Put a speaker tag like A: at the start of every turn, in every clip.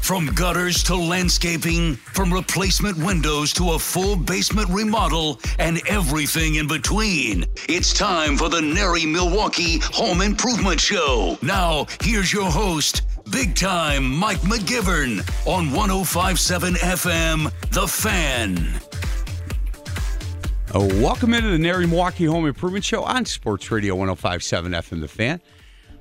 A: From gutters to landscaping, from replacement windows to a full basement remodel, and everything in between. It's time for the Nary Milwaukee Home Improvement Show. Now, here's your host, big time Mike McGivern, on 1057 FM, The Fan.
B: Uh, welcome into the Nary Milwaukee Home Improvement Show on Sports Radio 1057 FM The Fan.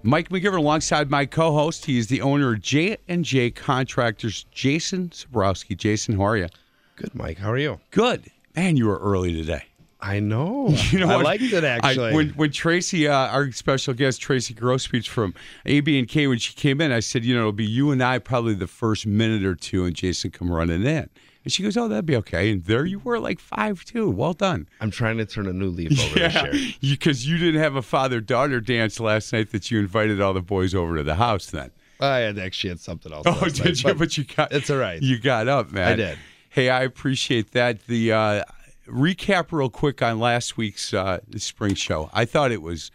B: Mike McGivern alongside my co-host. He is the owner of J and J Contractors, Jason Sabrowski. Jason, how are you?
C: Good, Mike. How are you?
B: Good. Man, you were early today.
C: I know.
B: You know
C: I
B: what?
C: liked it
B: I-
C: actually.
B: when, when Tracy, uh, our special guest Tracy Grospeach from AB and K, when she came in, I said, you know, it'll be you and I probably the first minute or two, and Jason come running in, and she goes, oh, that'd be okay. And there you were, like five two. Well done.
C: I'm trying to turn a new leaf over this year.
B: because you didn't have a father daughter dance last night that you invited all the boys over to the house then.
C: I had actually had something else.
B: Oh,
C: last
B: did
C: night,
B: you? But you got
C: it's all right.
B: You got up, man.
C: I did.
B: Hey, I appreciate that. The uh, recap, real quick, on last week's uh, spring show. I thought it was,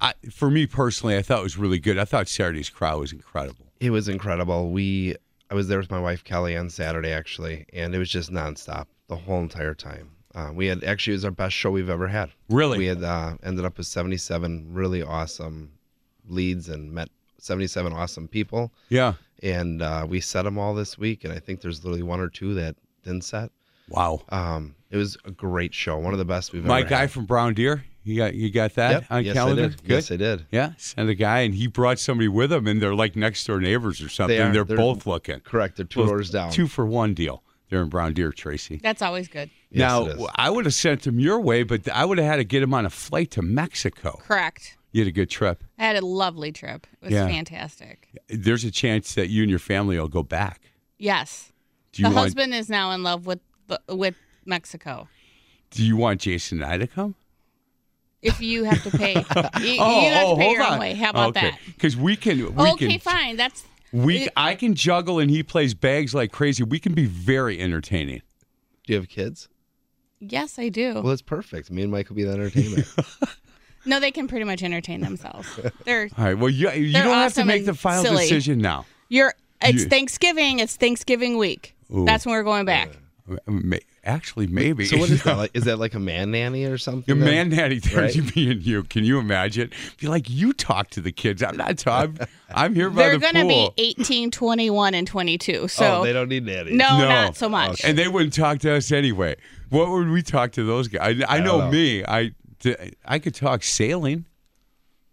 B: I, for me personally, I thought it was really good. I thought Saturday's crowd was incredible.
C: it was incredible. We, I was there with my wife Kelly on Saturday actually, and it was just nonstop the whole entire time. Uh, we had actually it was our best show we've ever had.
B: Really?
C: we had uh, ended up with 77 really awesome leads and met 77 awesome people,
B: Yeah.
C: and uh, we set them all this week. And I think there's literally one or two that didn't set.
B: Wow.
C: Um, it was a great show, one of the best we've
B: My
C: ever
B: guy
C: had.
B: from Brown Deer, you got you got that
C: Yep.
B: on
C: yes,
B: calendar.
C: I did.
B: Good.
C: Yes, I did.
B: Yeah, sent a guy, and he brought somebody with him, and they're like next door neighbors or something.
C: are.
B: They're,
C: They're-
B: both looking.
C: Correct. They're two
B: Well,
C: doors down.
B: Two for one deal. They're in Brown Deer, Tracy.
D: That's always good.
C: Yes,
B: now,
C: it is.
B: I would have sent him your way, but I would have had to get him on a flight to Mexico.
D: Correct.
B: You had a good trip.
D: I had a lovely trip. It was
B: Yeah.
D: fantastic.
B: There's a chance that you and your family will go back.
D: Yes.
B: Do you
D: the
B: want?
D: husband is now in love with the, with Mexico.
B: Do you want Jason and I to come?
D: If you have to pay, you, you
B: Oh,
D: have to pay your own way. How about
B: okay.
D: that?
B: Because we can. We
D: Okay,
B: can,
D: fine. That's
B: We,
D: It-
B: I can juggle, and he plays bags like crazy. We can be very entertaining.
C: Do you have kids?
D: yes, I do.
C: Well, it's perfect. Me and Mike will be the entertainment.
D: no, they can pretty much entertain themselves. They're
B: All right. Well, you, you
D: They're
B: don't have to
D: awesome
B: make
D: and
B: the final
D: silly.
B: decision now.
D: you're. It's
B: You-
D: Thanksgiving. It's Thanksgiving week.
B: Ooh.
D: That's when we're going back.
B: Ma- Actually, maybe.
C: so what is that? Like, is that like a man nanny or something?
B: Your
C: then?
B: man daddy
C: Right.
B: turns you being you. Can you imagine? Be like, you talk to the kids. I'm not talking. I'm here by
D: They're
B: the
D: going to be
B: pool.
D: 18, 21, and 22. So
C: oh, they don't need nanny.
D: no,
B: No.
D: not so much.
B: and they wouldn't talk to us anyway. What would we talk to those guys? I, I, know,
C: don't know.
B: me. I, I could talk sailing.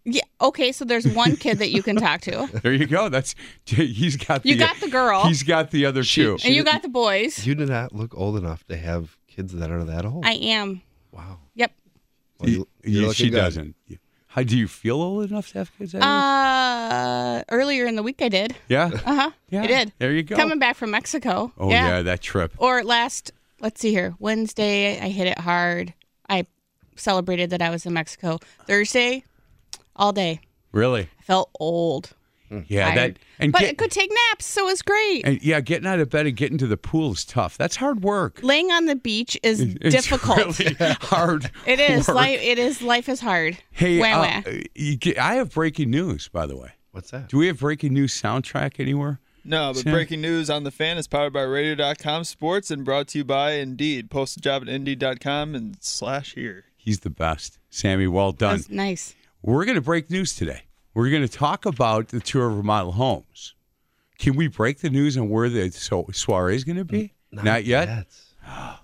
D: Yeah. Okay. So there's one kid that you can talk to.
B: There you go. That's he's got.
D: You
B: the,
D: got the girl.
B: He's got the other
C: She-
B: two.
C: she-
D: and you got the boys.
C: You do not look old enough to have kids that are that old.
D: I am.
C: wow.
D: Yep.
C: Well, you- you're
B: Yeah,
C: looking
B: she
C: good.
B: doesn't. How do you feel old enough to have kids? Eddie?
D: Uh, earlier in the week I did.
B: yeah.
D: Uh huh.
B: Yeah,
D: I did.
B: there you go.
D: Coming back from Mexico.
B: oh yeah. that trip.
D: Or last, let's see here. Wednesday I hit it hard. I celebrated that I was in Mexico. Thursday, all day.
B: Really?
D: I felt old.
B: Yeah.
D: tired.
B: That and
D: but
B: get-
D: I could take naps, so it was great.
B: And yeah, getting out of bed and getting to the pool is tough. That's hard work.
D: Laying on the beach is
B: It's
D: difficult.
B: really hard.
D: it is
B: work.
D: life. It is life is hard.
B: Hey,
D: Wah,
B: uh,
D: wah.
B: you get- I have breaking news. By the way,
C: What's that?
B: do we have breaking news soundtrack anywhere?
E: No, but
B: Sam?
E: breaking news on the fan is powered by radio.com sports and brought to you by Indeed. Post a job at indeed.com and slash here.
B: He's the best, Sammy. Well
D: That
B: done.
D: was nice.
B: We're going to break news today. We're going to talk about the tour of remodel homes. Can we break the news on where the so, soiree is going to be? Not, yet. All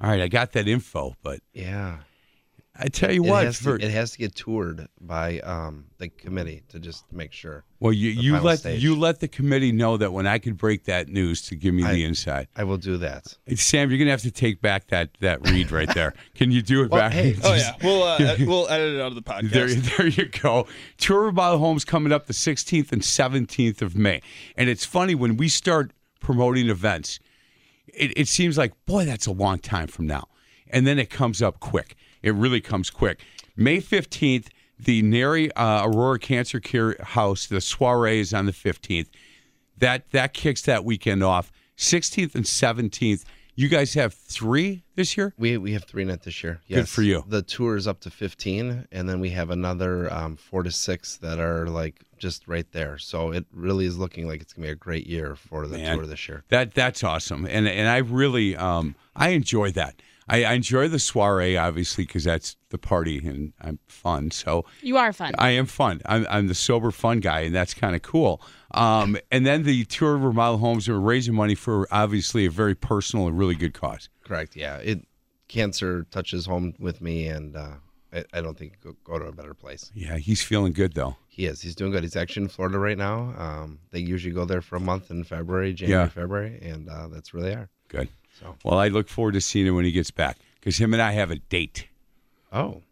B: right, I got that info, but
C: Yeah.
B: I tell you
C: It
B: what,
C: has,
B: for-
C: to, it has to get toured by um, the committee to just make sure.
B: well, you,
C: the
B: you
C: final
B: let
C: stage.
B: you let the committee know that when I could break that news to give me
C: I-
B: the inside.
C: I will do that.
B: Hey, Sam, you're gonna have to take back that that read right there. Can you do it
C: Well,
B: back?
C: hey.
E: Oh yeah, we'll uh, ed- we'll edit it out of the podcast.
B: There, there you go. Tour of Mile Homes coming up the 16th and 17th of May. And it's funny when we start promoting events, it, it seems like, boy, that's a long time from now. And then it comes up quick. It really comes quick. May 15th, the Nary uh, Aurora Cancer Care House, the soiree is on the 15th. That that kicks that weekend off. 16th and 17th. You guys have three this year?
C: We we have three net this year.
B: Good
C: Yes.
B: for you.
C: The tour is up to fifteen, and then we have another um, four to six that are like just right there. So it really is looking like it's gonna be a great year for the
B: Man.
C: tour this year.
B: That that's awesome, and and I really um I enjoy that. I, I enjoy the soiree obviously because that's the party and I'm fun. So
D: You are fun.
B: I am fun. I'm, I'm the sober fun guy, and that's kind of cool. Um, and then the tour of remodel homes are raising money for obviously a very personal and really good cause.
C: Correct. Yeah. It cancer touches home with me, and uh, I, I don't think go, go to a better place.
B: Yeah, he's feeling good though.
C: He is. He's doing good. He's actually in Florida right now. Um, they usually go there for a month in February, January,
B: Yeah.
C: February, and uh, that's where they are.
B: Good.
C: So.
B: Well, I look forward to seeing him when he gets back because him and I have a date.
C: Oh,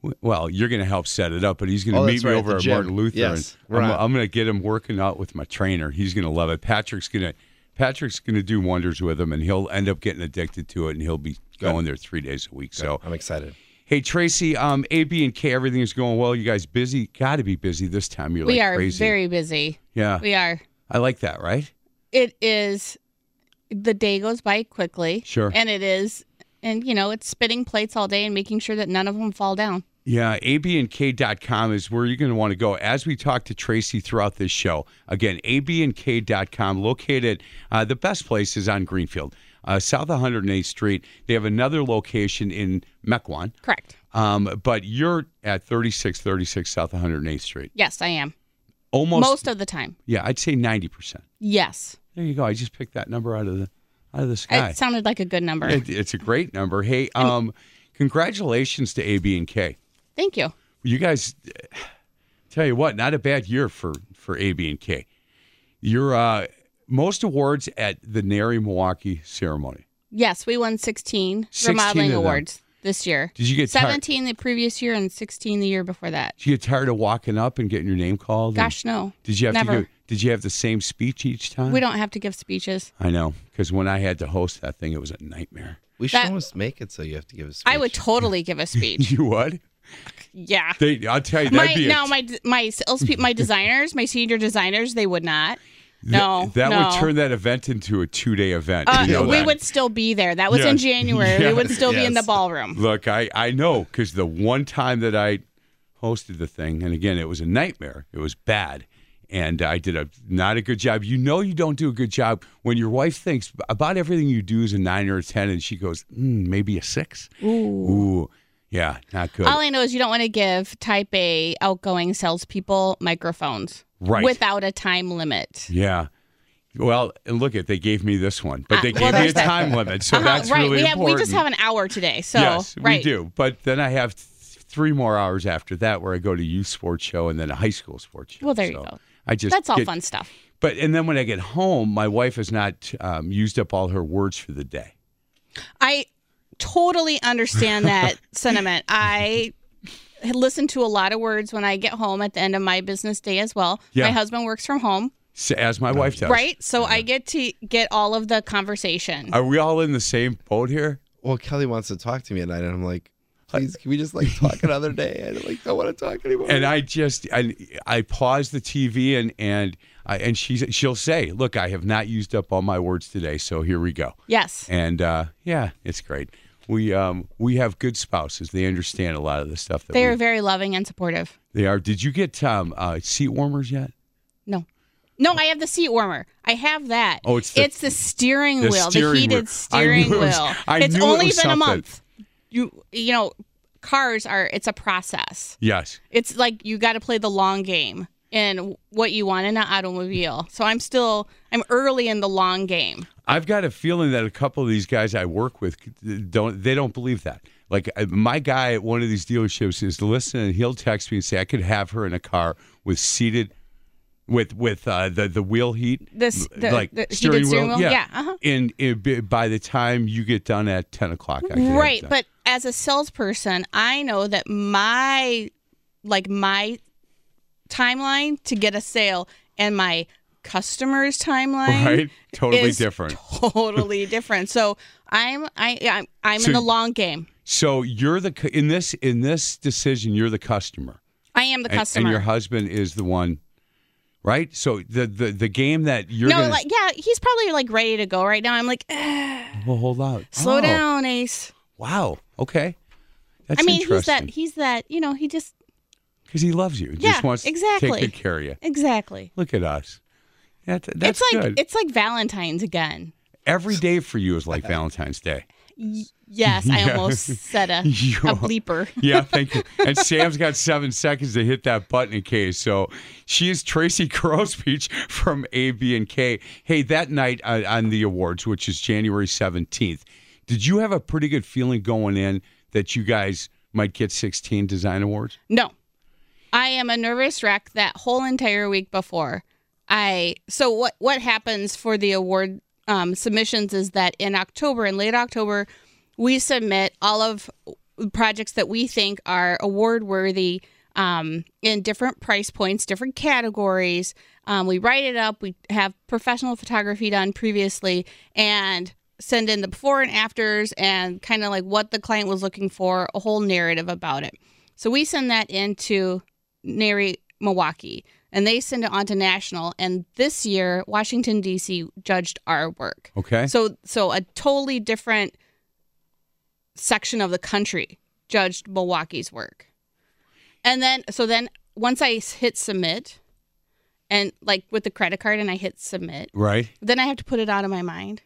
B: W- Well, you're going to help set it up, but he's going to
C: Oh,
B: meet
C: that's
B: me
C: right,
B: over
C: the
B: at
C: gym.
B: Martin Luther.
C: Yes,
B: and
C: we're
B: I'm,
C: on.
B: I'm going to get him working out with my trainer. He's going to love it. Patrick's going to Patrick's going to do wonders with him, and he'll end up getting addicted to it, and he'll be going there three days a week. So,
C: I'm excited.
B: hey Tracy, um, A, B, and K, everything is going well. You guys busy? Got to be busy this time. You're
D: we
B: like
D: are
B: crazy.
D: very busy.
B: yeah,
D: We are.
B: I like that. Right?
D: It is. The day goes by quickly.
B: Sure.
D: And it is. And you know, it's spinning plates all day and making sure that none of them fall down.
B: Yeah, abnk.com is where you're going to want to go. As we talk to Tracy throughout this show, again, abnk.com, located, uh, the best place is on Greenfield, uh, South 108th Street. They have another location in Mequon,
D: Correct.
B: um, but you're at 3636 South 108th Street.
D: Yes, I am.
B: Almost,
D: Most, of the time.
B: yeah, I'd say 90%.
D: Yes.
B: There you go. I just picked that number out of the out of the sky.
D: It sounded like a good number.
B: It- it's a great number. Hey, um, congratulations to ABNK.
D: Thank you.
B: you guys tell you what not a bad year for for a b and k you're uh most awards at the nary milwaukee ceremony
D: Yes, we won 16,
B: 16 of
D: remodeling
B: them.
D: awards this year.
B: did you get tired
D: 17 the previous year and 16 the year before that.
B: did you get tired of walking up and getting your name called And
D: Gosh, no.
B: did you have to
D: never.
B: give, did you have the same speech each time
D: We don't have to give speeches.
B: i know because when i had to host that thing it was a nightmare
C: We should
D: That-
C: almost make it so you have to give a speech.
D: I would totally give a speech.
B: you what
D: yeah.
B: they i'll tell you that'd
D: My
B: be a-
D: no, my my sales pe- my designers, my senior designers, they would not.
B: th-
D: No,
B: that
D: no.
B: would turn that event into a two-day event
D: Uh,
B: you know
D: we
B: that.
D: would still be there. That was in
B: Yes.
D: January. We would
B: Yes.
D: still be in the
C: Yes.
D: ballroom.
B: Look, I, I know because the one time that I hosted the thing, and again, it was a nightmare. It was bad. And I did a not a good job. You know, you don't do a good job when your wife thinks about everything you do is a nine or a 10, and she goes, mm, maybe a six. Ooh. Yeah, not good.
D: All I know is you don't want to give type A outgoing salespeople microphones
B: Right.
D: without a time limit.
B: yeah. Well, and look at they gave me this one, but
D: Uh,
B: they
D: well,
B: gave me a
D: that's that.
B: time limit, so
D: Uh-huh,
B: that's
D: right.
B: really
D: we have
B: important.
D: we just have an hour today. So
B: yes,
D: right.
B: we do. But then I have th- three more hours after that where I go to youth sports show and then a high school sports show.
D: Well, there you
B: So
D: go.
B: I just
D: That's all
B: get-
D: fun stuff.
B: But and then when I get home, my wife has not um, used up all her words for the day.
D: I totally understand that sentiment. I listen to a lot of words when I get home at the end of my business day as well.
B: Yeah.
D: My husband works from home,
B: So, as my wife does.
D: right? So I get to get all of the conversation.
B: Are we all in the same boat here?
C: well, Kelly wants to talk to me at night, and I'm like, please, can we just like talk another day? I like don't want to talk anymore.
B: And I just I, I pause the TV and and I, and she she'll say, "Look, I have not used up all my words today, so here we go."
D: yes.
B: And uh, yeah, it's great. We um we have good spouses. They understand a lot of the stuff that
D: They are
B: we,
D: very loving and supportive.
B: they are. Did you get um uh, seat warmers yet?
D: No. No, I have the seat warmer. I have that.
B: Oh, it's the-
D: steering
B: the
D: wheel,
B: steering
D: the
B: wheel. I
D: heated steering
B: knew it was-
D: wheel.
B: I
D: it's
B: knew it
D: only
B: was
D: been a
B: something.
D: month. You you know, cars are it's a process.
B: Yes.
D: It's like you got to play the long game in what you want in an automobile. So I'm still I'm early in the long game.
B: I've got a feeling that a couple of these guys I work with don't they don't believe that. Like uh, my guy at one of these dealerships is listening, and he'll text me and say, "I could have her in a car with seated, with with uh, the the wheel heat,
D: This the,
B: like
D: the heated
B: steering, wheel, yeah."
D: uh-huh.
B: And it, be- by the time you get done at ten o'clock, I could have
D: right
B: done.
D: but as a salesperson i know that my like my timeline to get a sale and my customer's timeline
B: right, totally
D: is
B: different.
D: totally different so i'm i i'm, I'm
B: So-
D: in the long game
B: So you're the cu- in this in this decision, you're the customer.
D: i am the
B: and,
D: customer
B: and your husband is the one, right? So the the, the game that you're
D: no
B: gonna,
D: like yeah he's probably like ready to go right now i'm like "Ah,
B: well, hold on,
D: slow
B: Oh,
D: down ace
B: Wow, okay, that's
D: i mean he's
B: interesting
D: that he's that you know he just
B: because he loves you, and
D: Yeah,
B: just wants to
D: exactly.
B: take good care of you.
D: exactly
B: Look at us. That, that's
D: it's like
B: good.
D: it's like valentine's again
B: Every day for you is like Valentine's Day.
D: Y- yes i
B: Yeah.
D: almost said a, a
B: You are-
D: bleeper
B: Yeah, thank you. And Sam's got seven seconds to hit that button in case. So she is Tracy Grosbeach from A, B, and K. Hey, that night on, on the awards, which is January 17th, did you have a pretty good feeling going in that you guys might get 16 design awards?
D: No. I am a nervous wreck that whole entire week before. I so what what happens for the award um, submissions is that in October, in late October, we submit all of projects that we think are award worthy um, in different price points, different categories. Um, we write it up. We have professional photography done previously and send in the before and afters and kind of like what the client was looking for, a whole narrative about it. So we send that into Nary Milwaukee, and they send it on to national. And this year, Washington D.C. judged our work.
B: Okay.
D: So so a totally different section of the country judged Milwaukee's work. And then so then once I s- hit submit and like with the credit card and I hit submit,
B: right.
D: then I have to put it out of my mind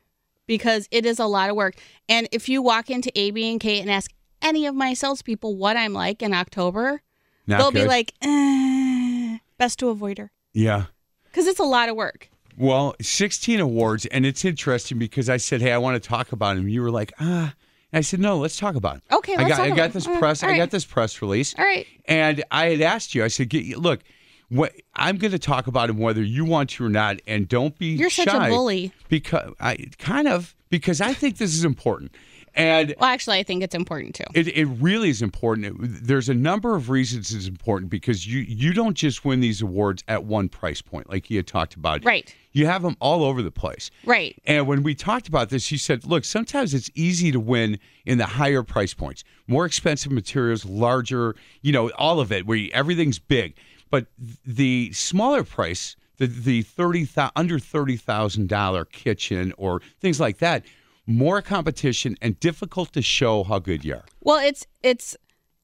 D: because it is a lot of work. And if you walk into A, B, and K and ask any of my salespeople what I'm like in October,
B: Not
D: they'll be
B: good.
D: like, eh, best to avoid her
B: yeah.
D: because it's a lot of work.
B: Well, 16 awards, and it's interesting because I said, "Hey, I want to talk about him." You were like, "Ah," and I said, "No, let's talk about him."
D: Okay,
B: I
D: let's
B: got,
D: talk
B: I
D: about
B: got
D: it.
B: this
D: All right,
B: press,
D: all
B: I got
D: right.
B: this press release,
D: All right.
B: and I had asked you. I said, Get, "Look, what I'm going to talk about him whether you want to or not, and don't be
D: You're such a
B: shy
D: bully.
B: because I kind of because I think this is important, and
D: Well, actually, I think it's important too.
B: it, it really is important. It- there's a number of reasons it's important because you you don't just win these awards at one price point like you had talked about.
D: Right.
B: You have them all over the place.
D: Right.
B: And when we talked about this, you said, look, sometimes it's easy to win in the higher price points, more expensive materials, larger, you know, all of it, where you, everything's big. But th- the smaller price, the, the 30, thou- under $30,000 kitchen or things like that, more competition and difficult to show how good you are.
D: Well, it's it's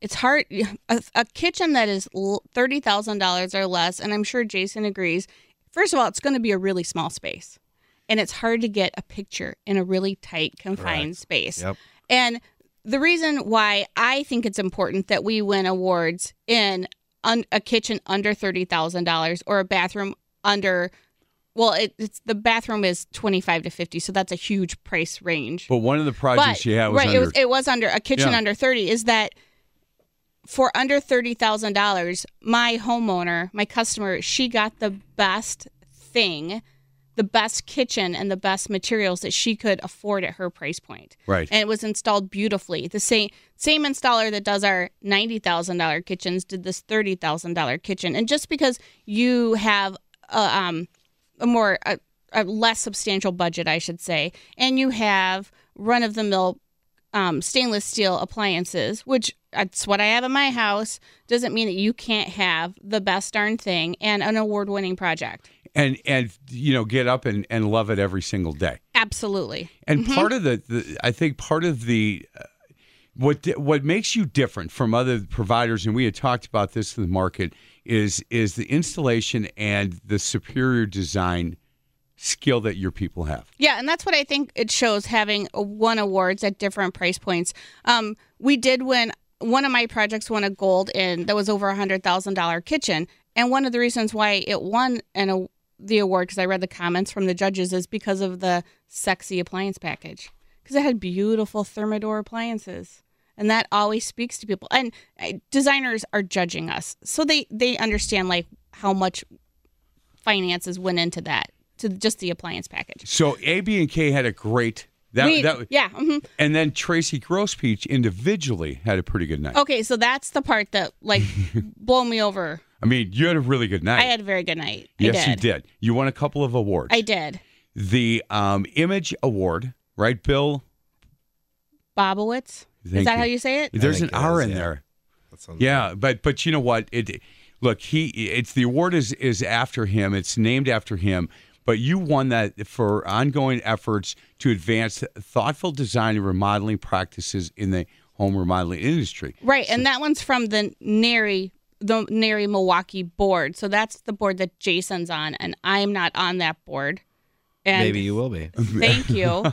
D: it's hard. A, a kitchen that is l- thirty thousand dollars or less, and I'm sure Jason agrees. First of all, it's going to be a really small space, and it's hard to get a picture in a really tight, confined space.
C: Yep.
D: And the reason why I think it's important that we win awards in un- a kitchen under thirty thousand dollars or a bathroom under. Well, it, it's the bathroom is twenty five to fifty, so that's a huge price range
B: But one of the projects you had was
D: right,
B: under.
D: it was it was under a kitchen
B: Yeah.
D: under thirty. Is that for under thirty thousand dollars? My homeowner, my customer, she got the best thing, the best kitchen, and the best materials that she could afford at her price point.
B: Right.
D: and it was installed beautifully. The same same installer that does our ninety thousand dollar kitchens did this thirty thousand dollar kitchen, and just because you have a, um, a more a, a less substantial budget, I should say, and you have run of the mill um, stainless steel appliances, which that's what I have in my house, doesn't mean that you can't have the best darn thing and an award winning project.
B: and, and, you know, get up and, and love it every single day.
D: Absolutely. Mm-hmm.
B: And part of the, the, I think part of the, uh, what di- what makes you different from other providers, and we had talked about this in the market, is is the installation and the superior design skill that your people have.
D: Yeah, and that's what I think it shows having uh, won awards at different price points. Um, we did win one of my projects won a gold in that was over a hundred thousand dollar kitchen, and one of the reasons why it won an a, the award because I read the comments from the judges is because of the sexy appliance package because it had beautiful Thermador appliances. and that always speaks to people and uh, designers are judging us so they they understand like how much finances went into that to just the appliance package
B: So AB and K had a great that,
D: We-
B: that
D: yeah mhm.
B: and then Tracy Grospeach individually had a pretty good night.
D: okay so that's the part that like blow me over
B: I mean, you had a really good night.
D: i had a very good night
B: yes,
D: i did
B: you did. You won a couple of awards.
D: i did
B: The um, Image Award, right, Bill?
D: bobowitz
B: Thank
D: is that
B: you.
D: how you say it
B: There's an
C: think it
B: R
C: is,
B: in
C: yeah.
B: there.
C: That sounds
B: Yeah, but but you know what? It look he it's the award is is after him. It's named after him. But you won that for ongoing efforts to advance thoughtful design and remodeling practices in the home remodeling industry.
D: Right, and that one's from the Nary the Nary Milwaukee board. So that's the board that Jason's on, and I'm not on that board. And
C: Maybe you will be.
D: thank you,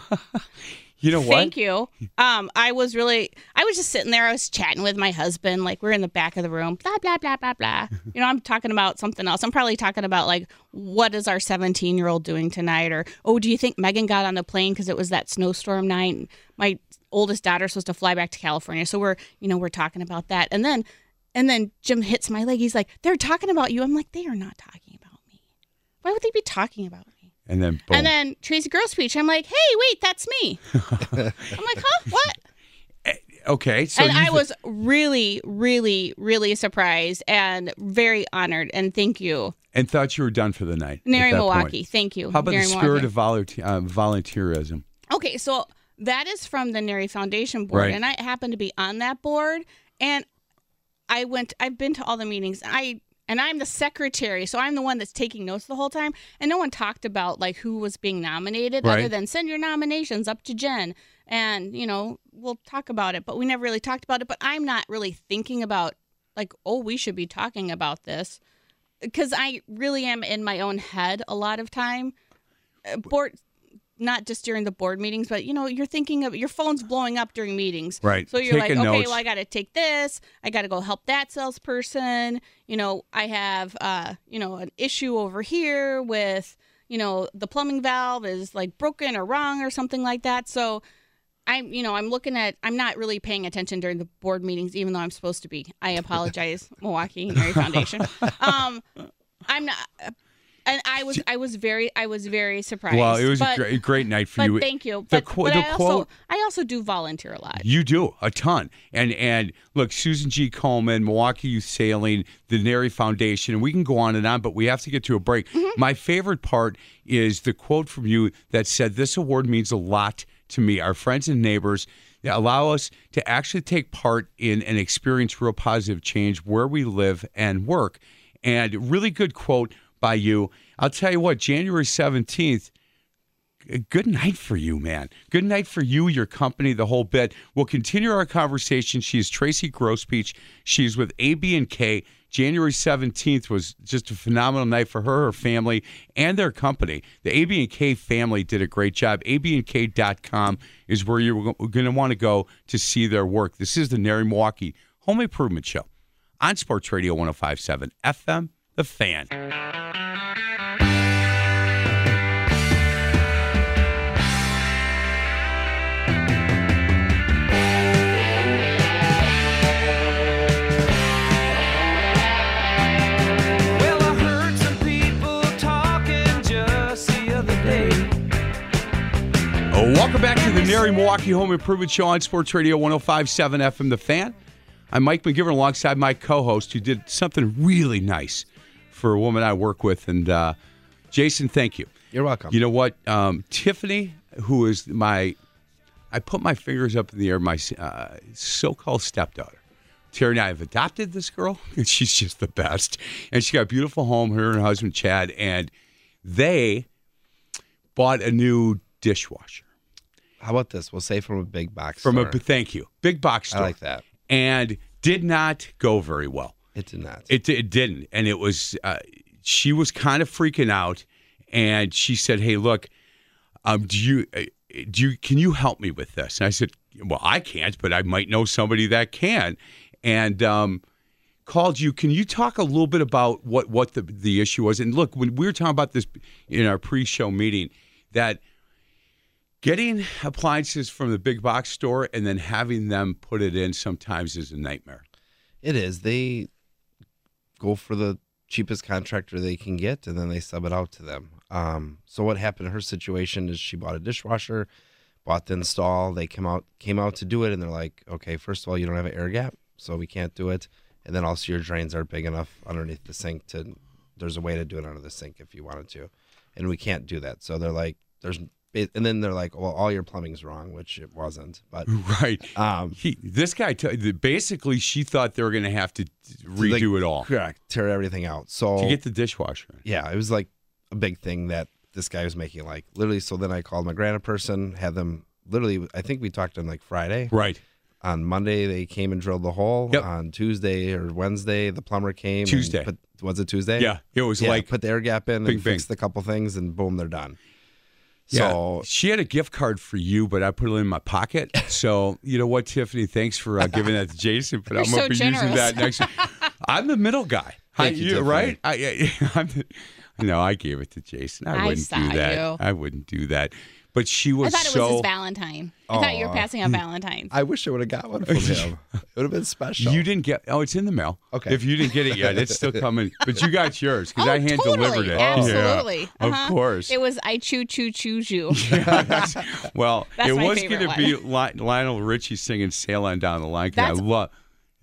B: You know what?
D: thank you. Um, I was really, I was just sitting there. I was chatting with my husband, like we're in the back of the room, blah blah blah blah blah.
B: Mm-hmm.
D: You know, I'm talking about something else. I'm probably talking about like, what is our 17 year old doing tonight? Or oh, do you think Megan got on the plane because it was that snowstorm night? And my oldest daughter's supposed to fly back to California, so we're, you know, we're talking about that. And then, and then Jim hits my leg. He's like, they're talking about you. I'm like, they are not talking about me. Why would they be talking about me?
B: And then boom.
D: And then Tracy Girl Speech, I'm like, hey, wait, that's me. I'm like, huh? What?
B: okay, so
D: and
B: you
D: I
B: th-
D: was really, really, really surprised and very honored. And thank you,
B: and thought you were done for the night. at
D: Nary
B: that
D: Milwaukee.
B: point.
D: Thank you.
B: How about
D: Nary
B: the spirit
D: Milwaukee.
B: of volunteer, uh, volunteerism?
D: Okay, so that is from the Nary Foundation board,
B: Right.
D: and I happen to be on that board. And I went. I've been to all the meetings. I and I'm the secretary, so I'm the one that's taking notes the whole time. And no one talked about like who was being nominated,
B: Right.
D: other than send your nominations up to Jen, and you know we'll talk about it. But we never really talked about it. But I'm not really thinking about like oh we should be talking about this because I really am in my own head a lot of time. Uh, Board, not just during the board meetings, but you know, you're thinking of your phone's blowing up during meetings,
B: Right.
D: So you're
B: Taking
D: like, okay,
B: notes.
D: well, I got to take this, I got to go help that salesperson. You know, I have, uh, you know, an issue over here with, you know, the plumbing valve is like broken or wrong or something like that. So. I'm, you know, I'm looking at. I'm not really paying attention during the board meetings, even though I'm supposed to be. I apologize, Milwaukee and Mary Foundation. Um, I'm not, and I was, I was very, I was very surprised.
B: Well, it was
D: but-
B: a great, great night for
D: but
B: you.
D: thank you.
B: The
D: But,
B: qu-
D: but
B: the
D: I also
B: quote-
D: I also do volunteer a lot.
B: You do a ton, and and look, Susan G. Coleman, Milwaukee Youth Sailing, the Nary Foundation, and we can go on and on, but we have to get to a break. My favorite part is the quote from you that said, "This award means a lot to me. Our friends and neighbors allow us to actually take part in and experience real positive change where we live and work." And really good quote by you. I'll tell you what, January seventeenth good night for you, man. Good night for you, your company, the whole bit. We'll continue our conversation. She's Tracy Grospeach. She's with AB and K. January 17th was just a phenomenal night for her, her family, and their company. The AB and K family did a great job. ABandK.com is where you're going to want to go to see their work. This is the Nary Milwaukee Home Improvement Show on Sports Radio 1057 FM, The Fan.
F: Well, I heard some people talking just the other day.
B: Welcome back to the Nary Milwaukee Home Improvement Show on Sports Radio 1057 FM The Fan. I'm Mike McGivern alongside my co host who did something really nice for a woman I work with. And uh, Jason, thank you.
C: You're welcome.
B: You know what? Um, Tiffany, who is my, I put my fingers up in the air, my uh, so called stepdaughter. Terry and I have adopted this girl, and she's just the best. And she got a beautiful home, her and her husband, Chad, and they bought a new dishwasher
C: How about this? We'll say from a big box.
B: from
C: store.
B: a thank you big box
C: I
B: store
C: like that.
B: and did not go very well
C: It did not.
B: it, it didn't and it was uh, she was kind of freaking out and she said hey look um, do you uh, do you can you help me with this and i said well i can't but i might know somebody that can and um, called you can you talk a little bit about what what the, the issue was and look when we were talking about this in our pre-show meeting that Getting appliances from the big box store and then having them put it in sometimes is a nightmare.
C: It is. They go for the cheapest contractor they can get and then they sub it out to them. Um, so what happened in her situation is she bought a dishwasher, bought the install, they came out came out to do it and they're like, Okay, first of all you don't have an air gap, so we can't do it. And then also your drains aren't big enough underneath the sink to there's a way to do it under the sink if you wanted to. And we can't do that. So they're like there's and then they're like, Well, all your plumbing's wrong, which it wasn't. But
B: Right.
C: um
B: He, this guy, t- the- basically, she thought they were going to have to redo
C: like,
B: it all
C: Correct. Tear everything out. So
B: to get the dishwasher. in.
C: yeah, it was like a big thing that this guy was making. Like literally, so then I called my grandma person, had them literally. I think we talked on like Friday.
B: Right.
C: On Monday, they came and drilled the hole.
B: Yep.
C: On Tuesday or Wednesday, the plumber came. and
B: Tuesday.
C: put- was it Tuesday?
B: Yeah. It was
C: Yeah,
B: like,
C: put the air gap in
B: Bing,
C: and
B: bing.
C: fixed a couple things, and boom, they're done.
B: yeah.
C: So
B: she had a gift card for you, but I put it in my pocket. So you know what, Tiffany? Thanks for uh, giving that to Jason. But
D: You're
B: I'm
D: so
B: gonna be using
D: generous.
B: that next. I'm the middle guy.
C: Thank
B: I-
C: you, Tiffany.
B: right? I, I, I'm the, no, I gave it to Jason. I,
D: I
B: wouldn't
D: saw
B: do that.
D: you.
B: I wouldn't do that. But she
D: I
B: was
D: thought it
B: so.
D: was his Valentine. I thought you were passing out Valentine's.
C: I wish I would have got one from him. it would have been special.
B: You didn't get. Oh, it's in the mail.
C: Okay.
B: If you didn't get it yet, it's still coming. But you got yours because
D: Oh,
B: I hand delivered
D: totally.
B: it.
D: Absolutely.
B: Yeah,
D: Uh-huh.
B: Of course.
D: It was I choo choo choose you.
B: well,
D: That's
B: it
D: my
B: was
D: favorite
B: going to
D: one.
B: be Li- Lionel Richie singing "Sail On Down the Line." 'cause I
D: That's-
B: love.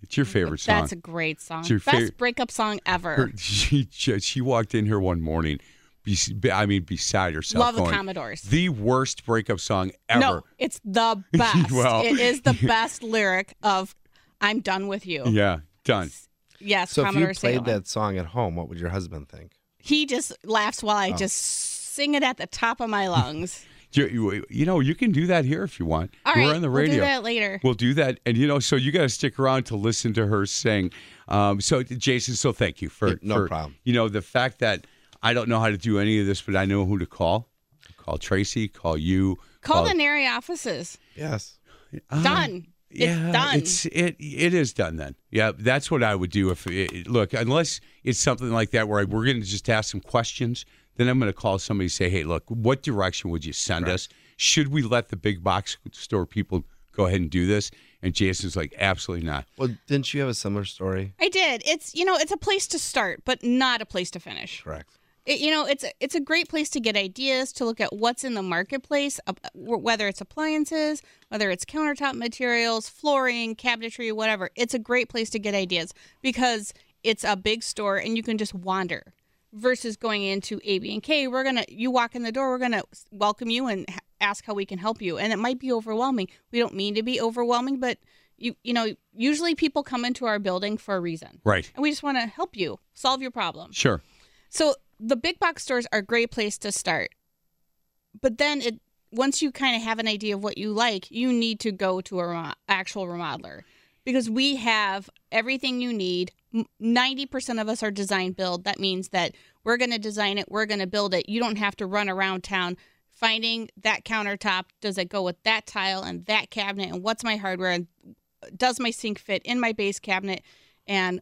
B: It's your favorite song.
D: That's a great song.
B: It's your
D: Best
B: favorite-
D: breakup song ever.
B: Her- she ju- she walked in here one morning. Be, I mean, beside herself.
D: Love the
B: going,
D: Commodores.
B: The worst breakup song ever.
D: No, it's the best.
B: Well-
D: it is the best lyric of "I'm done with you."
B: Yeah. Done.
D: Yes,
C: so if you
D: Commodore
C: played
D: Salem.
C: that song at home, what would your husband think?
D: He just laughs while
C: Oh.
D: I just sing it at the top of my lungs.
B: You, you, you know, you can do that here if you want.
D: All
B: We're
D: right,
B: on the
D: we'll do
B: radio.
D: that later.
B: We'll do that, and you know, so you got to stick around to listen to her sing. Um, so, Jason, so thank you for
C: Yeah, no
B: for,
C: problem.
B: You know, the fact that I don't know how to do any of this, but I know who to call. Call Tracy. Call you.
D: Call the Nary offices.
C: Yes.
B: Ah,
D: Done.
B: Yeah,
D: it's done.
B: It's it it is done then. Yeah, that's what I would do if it, look unless it's something like that where I, we're going to just ask some questions. Then I'm going to call somebody and say, hey, look, what direction would you send us? Should we let the big box store people go ahead and do this? And Jason's like, absolutely not.
C: Well, didn't you have a similar story?
D: I did. It's you know, it's a place to start, but not a place to finish.
C: Correct.
D: It, you know, it's a, it's a great place to get ideas, to look at what's in the marketplace, uh, whether it's appliances, whether it's countertop materials, flooring, cabinetry, whatever. It's a great place to get ideas because it's a big store and you can just wander. Versus going into AB and K, we're gonna you walk in the door, we're gonna s- welcome you and h- ask how we can help you, and it might be overwhelming. We don't mean to be overwhelming, but you you know usually people come into our building for a reason,
B: Right.
D: and we just want to help you solve your problem.
B: Sure.
D: So the big box stores are a great place to start. But then it once you kind of have an idea of what you like, you need to go to a remo- actual remodeler because we have everything you need. M- 90% of us are design build. That means that we're going to design it, we're going to build it. You don't have to run around town finding that countertop, does it go with that tile and that cabinet and what's my hardware and does my sink fit in my base cabinet and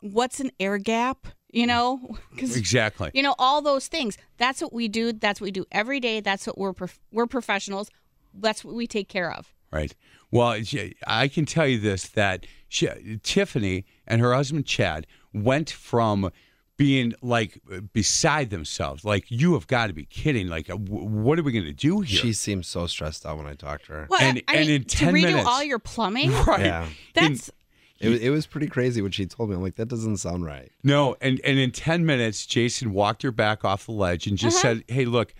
D: what's an air gap, you know? 'Cause
B: Exactly.
D: you know all those things that's what we do that's what we do every day that's what we're prof- we're professionals that's what we take care of
B: Right. Well, she- I can tell you this that she, Tiffany and her husband Chad went from being like beside themselves, like you have got to be kidding. Like, w- what are we going to do here?
C: She seemed so stressed out when I talked to her.
D: well,
B: And-
D: I, I
B: and
D: mean,
B: in
D: to
B: 10
D: redo
B: minutes.
D: all your plumbing
B: right.
C: Yeah.
B: In-
D: that's
C: It, was- it was pretty crazy when she told me. I'm like, that doesn't sound right.
B: No, and and in ten minutes, Jason walked her back off the ledge and just said, "Hey, look,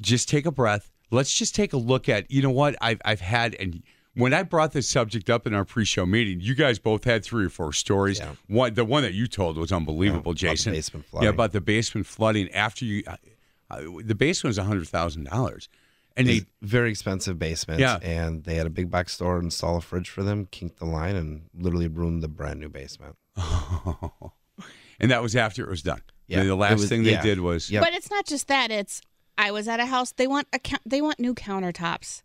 B: just take a breath. Let's just take a look at you know what I've I've had and." When I brought this subject up in our pre-show meeting, you guys both had three or four stories.
C: Yeah.
B: One, the one that you told was unbelievable,
C: about the
B: Jason.
C: basement
B: Yeah,
C: flooding.
B: about the basement flooding. After you, I, I, the basement was hundred thousand dollars, and they
C: It's very expensive basement.
B: Yeah.
C: And they had a big box store install a fridge for them, kinked the line, and literally ruined the brand new basement.
B: and that was after it was done.
C: Yeah,
B: And the
C: it
B: last
C: was-
B: thing they
C: yeah.
B: did was
C: Yep.
D: but it's not just that it's i was at a house they want a coun- they want new countertops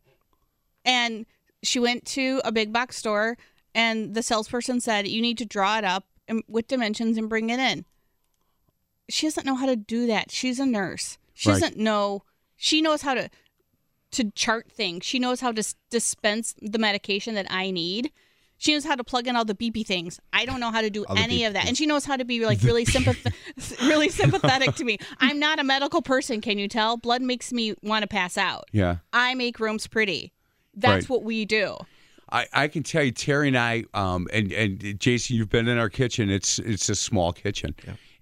D: and she went to a big box store and the salesperson said you need to draw it up and, with dimensions and bring it in she doesn't know how to do that she's a nurse she
B: Right.
D: doesn't know she knows how to to chart things. She knows how to s- dispense the medication that I need. She knows how to plug in all the beepy things. I don't know how to do
C: the
D: any
C: beep
D: of that, and she knows how to be like really sympath- really sympathetic to me. I'm not a medical person, can you tell? Blood makes me want to pass out.
B: Yeah.
D: I make rooms pretty. That's
B: Right.
D: what we do.
B: I, I can tell you, Terry and I, um, and and Jason, you've been in our kitchen. It's it's a small kitchen,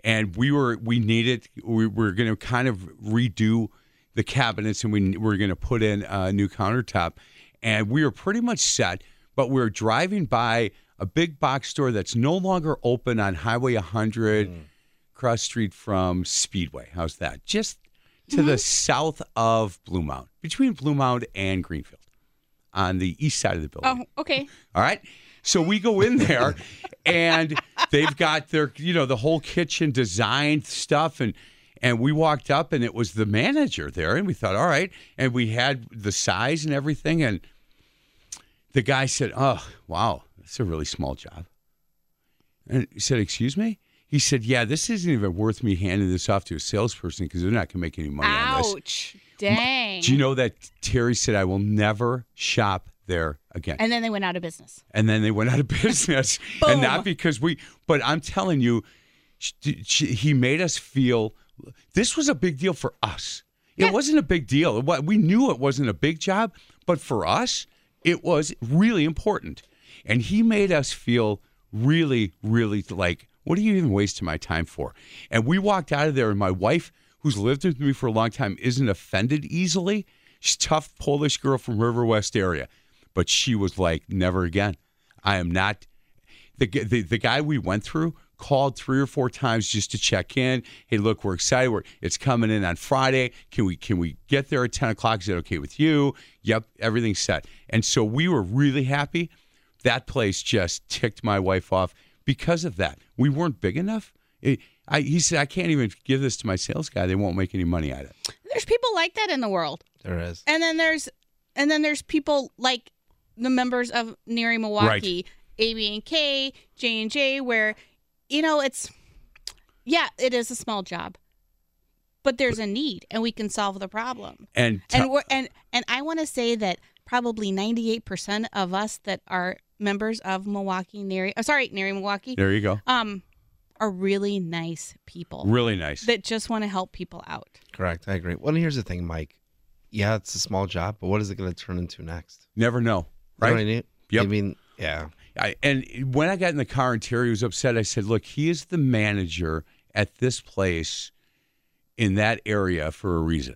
B: and we were we needed we were going to kind of redo the cabinets, and we were going to put in a new countertop, and we were pretty much set. But we were driving by a big box store that's no longer open on Highway 100, cross street from Speedway. How's that? Just to the south of Blue Mount, between Blue Mount and Greenfield, on the east side of the building.
D: Oh, okay.
B: All right. So we go in there and they've got their, you know, the whole kitchen designed stuff and and we walked up and it was the manager there and we thought, "All right." And we had the size and everything and the guy said, "Oh, wow. That's a really small job." And he said, "Excuse me?" He said, "Yeah, this isn't even worth me handing this off to a salesperson because they're not going to make any money on this."
D: Ouch. Dang.
B: Do you know that Terry said, "I will never shop there again."
D: and then they went out of business.
B: and then they went out of business and not because we but i'm telling you sh sh he made us feel this was a big deal for us it wasn't a big deal It wa- we knew it wasn't a big job but for us it was really important and he made us feel really really like what are you even wasting my time for and we walked out of there and my wife who's lived with me for a long time isn't offended easily she's a tough polish girl from river west area but she was like, never again. I am not. The, g- the, the guy we went through called three or four times just to check in. Hey, look, we're excited. We're, it's coming in on Friday. Can we can we get there at ten o'clock? Is that okay with you? Yep, everything's set. And so we were really happy. That place just ticked my wife off because of that. We weren't big enough. It, I, he said, I can't even give this to my sales guy. They won't make any money at it.
D: There's people like that in the world.
C: There is.
D: And then there's and then there's people like the members of Neri Milwaukee, AB and K, J and J, where you know it's yeah, it is a small job, but there's a need, and we can solve the problem.
B: And, t-
D: And we're and and I want to say that probably 98 percent of us that are members of Milwaukee Neri, oh, sorry Neri Milwaukee,
B: there you go.
D: um, are really nice people
B: Really nice.
D: that just want to help people out.
C: Correct. I agree. Well, and here's the thing, Mike. Yeah, it's a small job, but what is it going to turn into next?
B: Never know.
C: You know
B: Right.
C: what I mean?
B: Yep.
C: I mean, yeah.
B: I, and when I got in the car and Terry was upset, I said, "Look, he is the manager at this place in that area for a reason.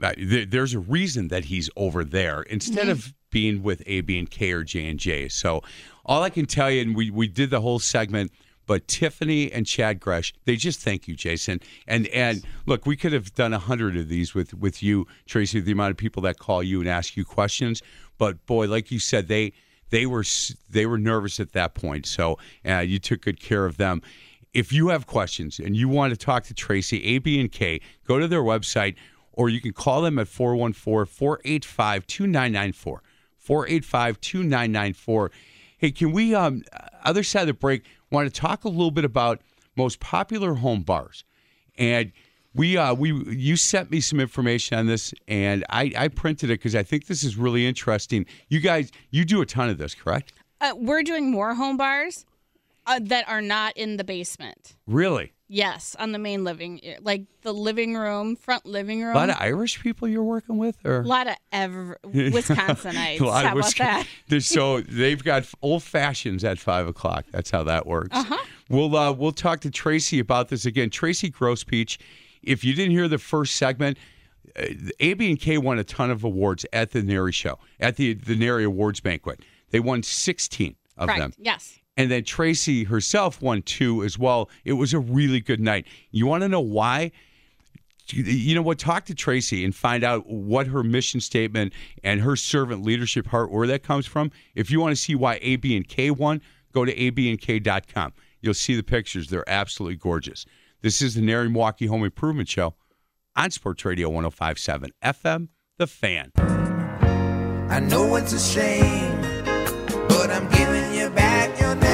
B: Uh, there- There's a reason that he's over there instead of being with A, B, and K or J and J." So, all I can tell you, and we we did the whole segment. But Tiffany and Chad Gresh, they just thank you, Jason. And and look, we could have done a hundred of these with with you, Tracy. The amount of people that call you and ask you questions, but boy, like you said, they they were s- they were nervous at that point. So uh, you took good care of them. If you have questions and you want to talk to Tracy, A, B, and K, go to their website or you can call them at 414 485 2994. 485 2994. Hey, can we, um, other side of the break, want to talk a little bit about most popular home bars? and we uh we you sent me some information on this and i i printed it because i think this is really interesting you guys you do a ton of this correct
D: Uh, we're doing more home bars uh, that are not in the basement.
B: really
D: Yes, on the main living, e, like the living room, front living room.
B: a lot of irish people you're working with or
D: lot of ev- Wisconsinites.
B: A lot of
D: How
B: Wisco-
D: about that?
B: They're so they've got old fashions at five o'clock. That's how that works.
D: Uh-huh.
B: We'll uh, we'll talk to Tracy about this again. Tracy Grosspeach. If you didn't hear the first segment, uh, AB and K won a ton of awards at the Nary show at the the Nary Awards banquet. They won sixteen of
D: Correct.
B: them.
D: Yes.
B: And then Tracy herself won two as well. It was a really good night. You want to know why? You know what? Talk to Tracy and find out what her mission statement and her servant leadership heart, where that comes from. If you want to see why AB and K won, go to abandk.com. You'll see the pictures. They're absolutely gorgeous. This is the Nary Milwaukee Home Improvement Show on Sports Radio 1057 FM, The Fan.
G: I know it's a shame, but I'm giving you back your name.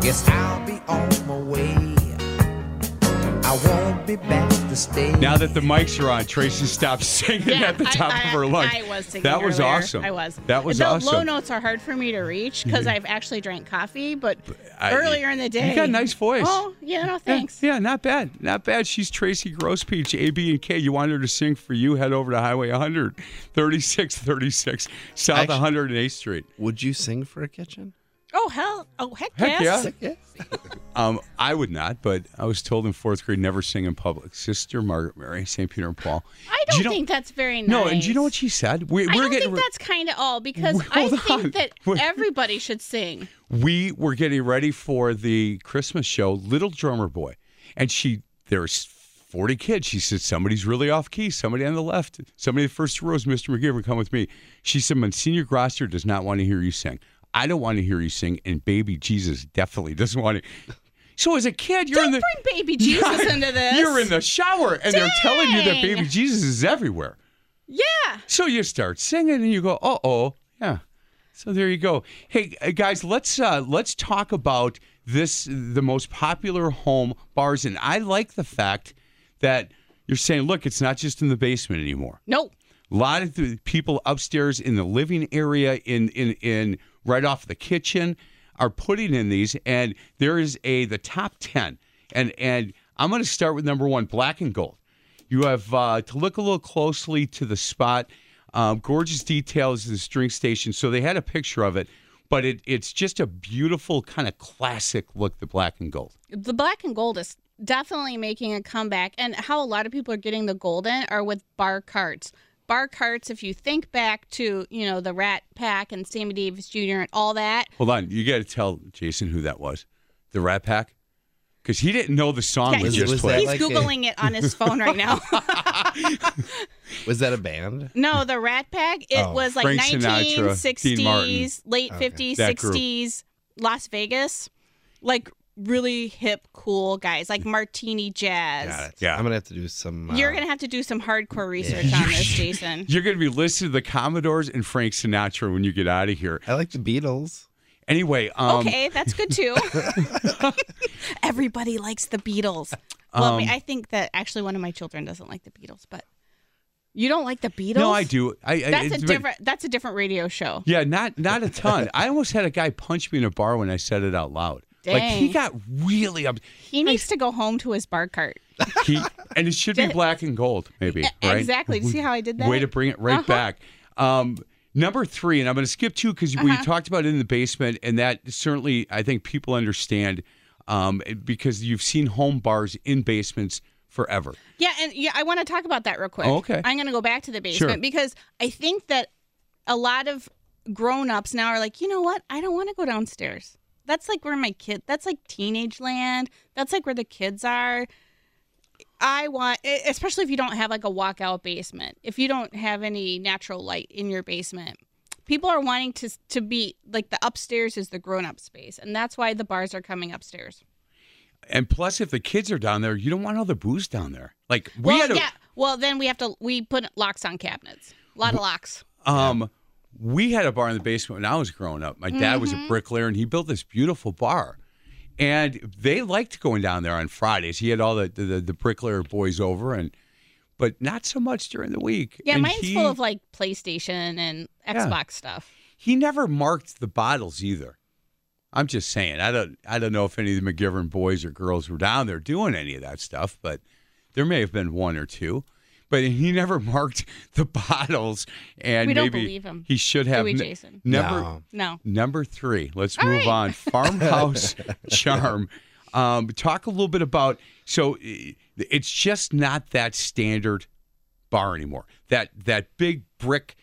G: Guess I'll be on my way. I won't be back to stay.
B: Now that the mics are on, Tracy stopped singing
D: Yeah,
B: at the
D: I-
B: top
D: I,
B: of her lungs.
D: I was singing
B: That was
D: earlier.
B: awesome.
D: I was.
B: That was
D: the
B: awesome. Mm-hmm.
D: low notes are hard for me to reach because I've actually drank coffee, but
B: I-
D: earlier in the day.
B: You got a nice voice.
D: Oh, yeah, no,
B: Yeah,
D: thanks.
B: Yeah, not bad. Not bad. She's Tracy Grosspeach, AB and K. You want her to sing for you? Head over to Highway 100, 3636 South
C: Actu-
B: 108th Street.
C: Would you sing for a kitchen?
D: Oh, hell. Oh, heck,
B: Heck
D: yes.
B: yeah. Um, I would not, but I was told in fourth grade never sing in public. Sister Margaret Mary, St. Peter and Paul.
D: I
B: Do
D: don't
B: you know-
D: think that's very nice.
B: No, and do you know what she said? We,
D: I
B: we're
D: don't
B: getting
D: think
B: re-
D: that's kind of all because
B: Wait,
D: I
B: hold
D: think
B: on.
D: that
B: Wait.
D: everybody should sing.
B: we were getting ready for the Christmas show, Little Drummer Boy, and she there's 40 kids. She said somebody's really off key. Somebody on the left, somebody in the first row is Mr. McGivern. Come with me. She said Monsignor Grosser does not want to hear you sing. I don't want to hear you sing, and Baby Jesus definitely doesn't want to. So as a kid, you're
D: Don't
B: in the
D: bring baby Jesus into this.
B: You're in the shower, and they're telling you that
D: Dang.
B: Baby Jesus is everywhere.
D: Yeah.
B: So you start singing and you go, "Uh oh, yeah." So there you go. Hey uh, guys, let's uh, let's talk about this the most popular home bars, and I like the fact that you're saying, "Look, it's not just in the basement anymore."
D: Nope.
B: A lot of the people upstairs in the living area, in in in right off the kitchen, are putting in these, and there is a the top ten, and and I'm going to start with number one, black and gold. You have uh, to look a little closely to the spot. Um, gorgeous details of this drink station. So they had a picture of it, but it it's just a beautiful kind of classic look. The black and gold.
D: the black and gold is definitely making a comeback and how a lot of people are getting the golden are with bar carts bar carts if you think back to you know the rat pack and sammy davis jr and all that
B: Hold on, you got to tell Jason who that was. The Rat Pack, because he didn't know the song
D: Yeah,
B: we
D: Was-
B: just
C: was that
B: played.
D: he's
C: like a-
D: googling it on his phone right now
C: Was that a band?
D: no the rat pack it
C: Oh.
D: was like
B: Frank Sinatra, Dean
D: 1960s late
C: Okay.
D: 50s
B: That group.
D: 60s las vegas like really hip cool guys like martini jazz
C: Got it.
B: Yeah.
C: I'm gonna have to do some. Uh,
D: you're gonna have to do some hardcore research on this jason
B: You're going to be listening to the Commodores and Frank Sinatra when you get out of here.
C: I like the Beatles.
B: Anyway, um,
D: okay, that's good too. Everybody likes the Beatles. Well, I, mean,
B: Um,
D: I think that actually one of my children doesn't like the Beatles, but you don't like the Beatles?
B: no, I do. I, I-
D: That's a
B: it's been-
D: different. That's a different radio show.
B: Yeah, not not a ton. I almost had a guy punch me in a bar when I said it out loud. Like he
D: Dang.
B: got really up.
D: He needs to go home to his bar cart.
B: He and it should be
D: Did-
B: black and gold, maybe.
D: E-
B: Right?
D: Exactly. See how I did that? Uh-huh.
B: Way to bring it right back. Um, number three, and I'm going to skip two because
D: Uh-huh.
B: we talked about it in the basement, and that certainly I think people understand um, because you've seen home bars in basements forever.
D: Yeah, and yeah, I want to talk about that real quick.
B: Oh, okay.
D: I'm going to go back to the
B: Sure.
D: basement because I think that a lot of grown-ups now are like, "You know what? I don't want to go downstairs. That's like where my kid, that's like teenage land. That's like where the kids are." I want e- especially if you don't have like a walkout basement. If you don't have any natural light in your basement. People are wanting to to be like the upstairs is the grown-up space, and that's why the bars are coming upstairs.
B: And plus, if the kids are down there, you don't want all the booze down there. Like we
D: well,
B: had a,
D: yeah. Well, then we have to we put locks on cabinets. A lot of locks.
B: um, we had a bar in the basement when I was growing up. My dad was
D: Mm-hmm.
B: a bricklayer, and he built this beautiful bar. And they liked going down there on Fridays. He had all the the, the bricklayer boys over, and but not so much during the week.
D: Yeah,
B: And
D: mine's
B: he-
D: full of like PlayStation and Xbox stuff.
B: He never marked the bottles either. I'm just saying. I don't. I don't know if any of the McGivern boys or girls were down there doing any of that stuff, but there may have been one or two. But he never marked the bottles, and
D: We don't
B: maybe
D: believe him.
B: he should have.
D: we,
B: n-
D: Jason?
B: Never.
C: No.
D: No.
B: Number three. Let's
D: All
B: move
D: right.
B: on. Farmhouse charm. Um, talk a little bit about. So eh, it's just not that standard bar anymore. That that big brick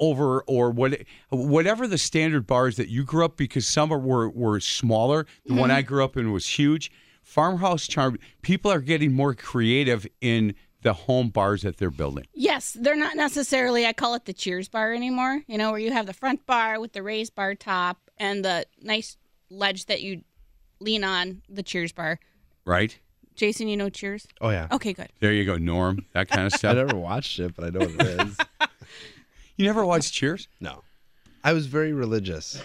B: over or what whatever the standard bars that you grew up because some are, were were smaller. The one
D: Mm-hmm.
B: I grew up in was huge. Farmhouse charm. People are getting more creative in the home bars that they're building.
D: Yes, they're not necessarily. I call it the Cheers bar anymore. You know, where you have the front bar with the raised bar top and the nice ledge that you lean on. The Cheers bar.
B: Right
D: Jason, you know Cheers.
C: Oh yeah.
D: Okay, good.
B: there, you go, Norm. That kind of
C: I
B: stuff.
C: never watched it, but I know what it is.
B: You never watched Cheers?
C: No. I was very religious.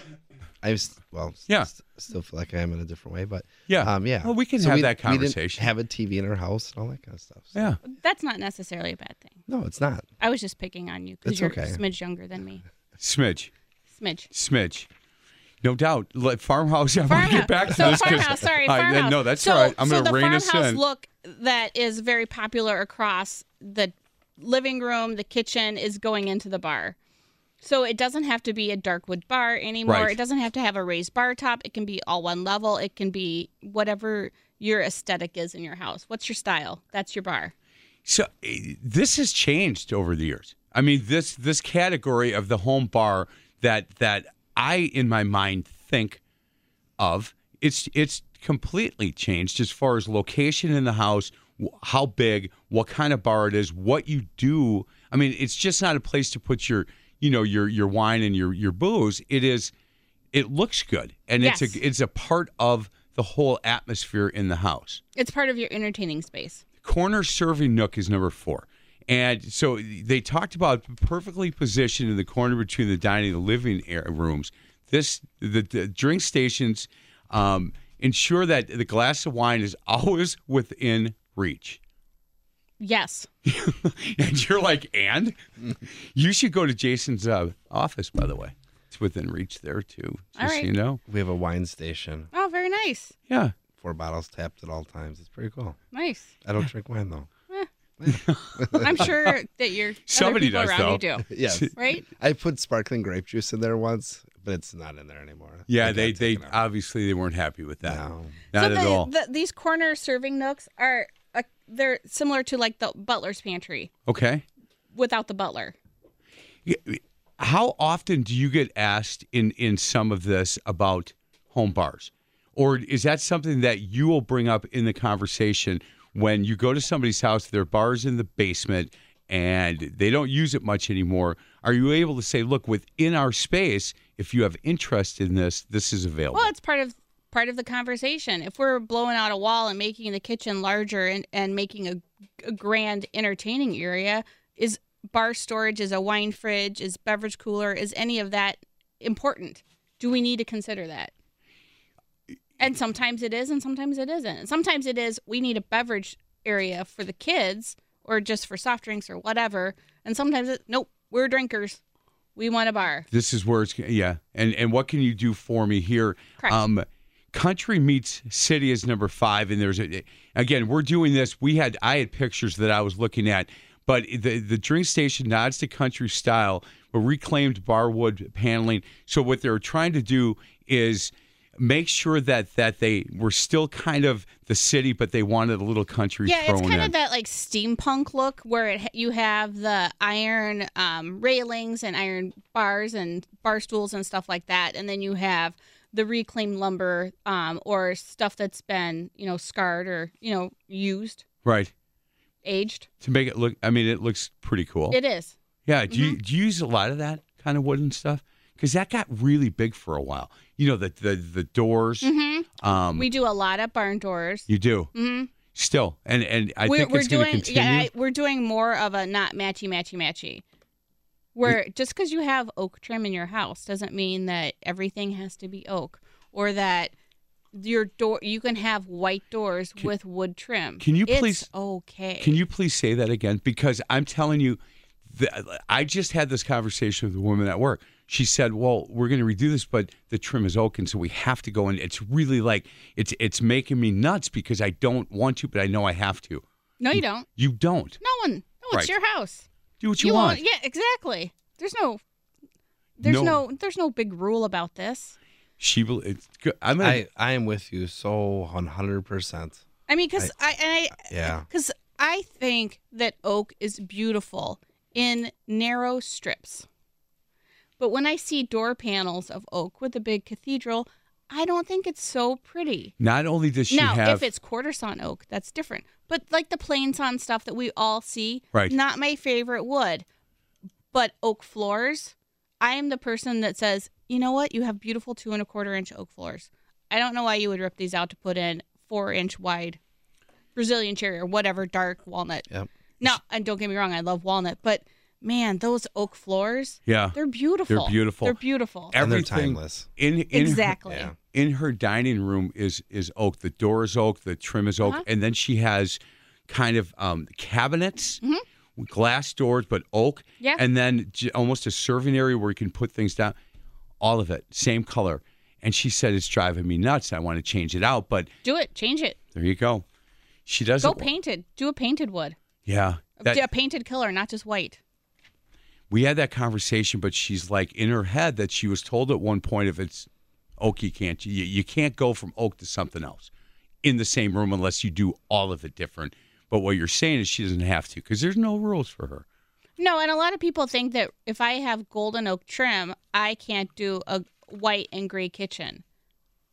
C: I was well, s-
B: Yeah.
C: s- still feel like I am in a different way, but
B: Yeah.
C: um, yeah.
B: Well, we can
C: So
B: have that
C: we didn't
B: conversation.
C: have a TV in our house and all that kind of stuff. So-
B: yeah.
D: That's not necessarily a bad thing.
C: No, it's not.
D: I was just picking on you because
C: It's
D: you're
C: okay.
D: a smidge younger than me.
B: Smidge.
D: Smidge.
B: Smidge. No doubt. Let farmhouse. I want to get back to
D: so
B: this 'cause-
D: farmhouse, sorry,
B: I-
D: farmhouse.
B: no, that's
D: so,
B: all right. I'm
D: so
B: going to
D: the
B: rein us
D: farmhouse
B: in.
D: look that is very popular across the living room, the kitchen is going into the bar. So it doesn't have to be a dark wood bar anymore.
B: Right.
D: It doesn't have to have a raised bar top. It can be all one level. It can be whatever your aesthetic is in your house. What's your style? That's your bar.
B: So eh, this has changed over the years. I mean this this category of the home bar that that I in my mind think of it's it's completely changed as far as location in the house, wh- how big, what kind of bar it is, what you do. I mean it's just not a place to put your you know your your wine and your your booze. It is it looks good and it's
D: Yes.
B: a it's a part of the whole atmosphere in the house
D: It's part of your entertaining space.
B: corner serving nook is number four. And so they talked about perfectly positioned in the corner between the dining and the living air rooms. This the, the drink stations um, ensure that the glass of wine is always within reach.
D: Yes.
B: and you're like, and you should go to Jason's uh, office, by the way. It's within reach there too, just
D: All
B: so
D: right.
B: you know.
C: We have a wine station,
D: Oh, very nice.
B: Yeah.
C: four bottles tapped at all times. It's pretty cool.
D: Nice.
C: I don't drink wine though.
D: I'm sure that your
B: Somebody
D: other people
B: does,
D: around you
B: though.
D: do.
C: Yes.
D: Right?
C: I put sparkling grape juice in there once, but it's not in there anymore.
B: Yeah,
C: It got
B: they they
C: taken out.
B: obviously they weren't happy with that.
C: No.
B: Not
D: so
B: at
D: the,
B: all.
D: The, these corner serving nooks are uh, they're similar to like the butler's pantry
B: okay.
D: without the butler.
B: how often do you get asked in in some of this about home bars or is that something that you will bring up in the conversation when you go to somebody's house their bars in the basement and they don't use it much anymore are you able to say look within our space if you have interest in this this is available
D: Well, it's part of part of the conversation. If we're blowing out a wall and making the kitchen larger and and making a, a grand entertaining area, is bar storage, is a wine fridge, is beverage cooler, is any of that important? Do we need to consider that? And sometimes it is, and sometimes it isn't. And sometimes it is. We need a beverage area for the kids, or just for soft drinks or whatever. And sometimes it, nope, we're drinkers. We want a bar.
B: this is where it's yeah and and what can you do for me here Um,
D: Correct.
B: country meets city is number five and there's a again we're doing this we had i had pictures that i was looking at but the the drink station nods to country style with reclaimed barwood paneling so what they were trying to do is make sure that that they were still kind of the city but they wanted a little country
D: Yeah,
B: thrown
D: it's kind
B: in
D: of that like steampunk look where it, you have the iron um, railings and iron bars and bar stools and stuff like that, and then you have the reclaimed lumber um, or stuff that's been you know scarred or you know used,
B: right
D: aged.
B: to make it look i mean it looks pretty cool
D: It is.
B: Yeah. Do
D: Mm-hmm.
B: you do you use a lot of that kind of wooden stuff? Because that got really big for a while. You know the the the doors. Um,
D: Mm-hmm. We do a lot of barn doors.
B: you do
D: Mhm.
B: still, and and I
D: we're
B: think
D: we're
B: it's going to
D: doing
B: continue.
D: yeah, I- we're doing more of a not matchy matchy matchy. Where just because you have oak trim in your house doesn't mean that everything has to be oak or that your door you can have white doors with wood trim.
B: can you
D: It's
B: please-
D: okay.
B: Can you please say that again? Because I'm telling you, the, I just had this conversation with a woman at work. She said, "Well, we're going to redo this, but the trim is oak, and so we have to go." And it's really like it's it's making me nuts because I don't want to, but I know I have to.
D: No, you don't.
B: You don't
D: No one. No,
B: Right.
D: it's your house.
B: do what you,
D: won't-
B: want.
D: Yeah, exactly. There's no. There's
B: No.
D: no. There's no big rule about this.
B: She will. It's good. I'm gonna,
C: I, I am with you so 100%.
D: I mean, because I and I
C: Yeah.
D: Because I think that oak is beautiful in narrow strips. But when I see door panels of oak with a big cathedral, I don't think it's so pretty.
B: Not only does she
D: now,
B: have
D: if it's quarter sawn oak, that's different. But like the plain sawn stuff that we all see,
B: Right.
D: not my favorite wood. But oak floors, I am the person that says, you know what? You have beautiful two and a quarter inch oak floors. I don't know why you would rip these out to put in four inch wide Brazilian cherry or whatever dark walnut.
C: Yep.
D: No, and don't get me wrong, I love walnut, but man, those oak floors,
B: Yeah.
D: they're beautiful.
B: beautiful.
D: They're beautiful.
C: And they're
B: Everything
C: timeless.
B: In, in her-
D: exactly.
C: yeah.
B: in her dining room is is oak. The door is oak. The trim is oak,
D: Uh-huh.
B: and then she has kind of um, cabinets, with glass doors, but oak.
D: Mm-hmm. Yeah.
B: And then j- almost a serving area where you can put things down. All of it, same color. And she said it's driving me nuts. I want to change it out, but
D: Do it. Change it.
B: there you go. She doesn't.
D: Go
B: wa-
D: painted. Do a painted wood.
B: Yeah. That-
D: a painted color, not just white.
B: we had that conversation, but she's like in her head that she was told at one point if it's oak, you can't you, you can't go from oak to something else in the same room unless you do all of it different. But what you're saying is she doesn't have to because there's no rules for her.
D: No, and a lot of people think that if I have golden oak trim, I can't do a white and gray kitchen.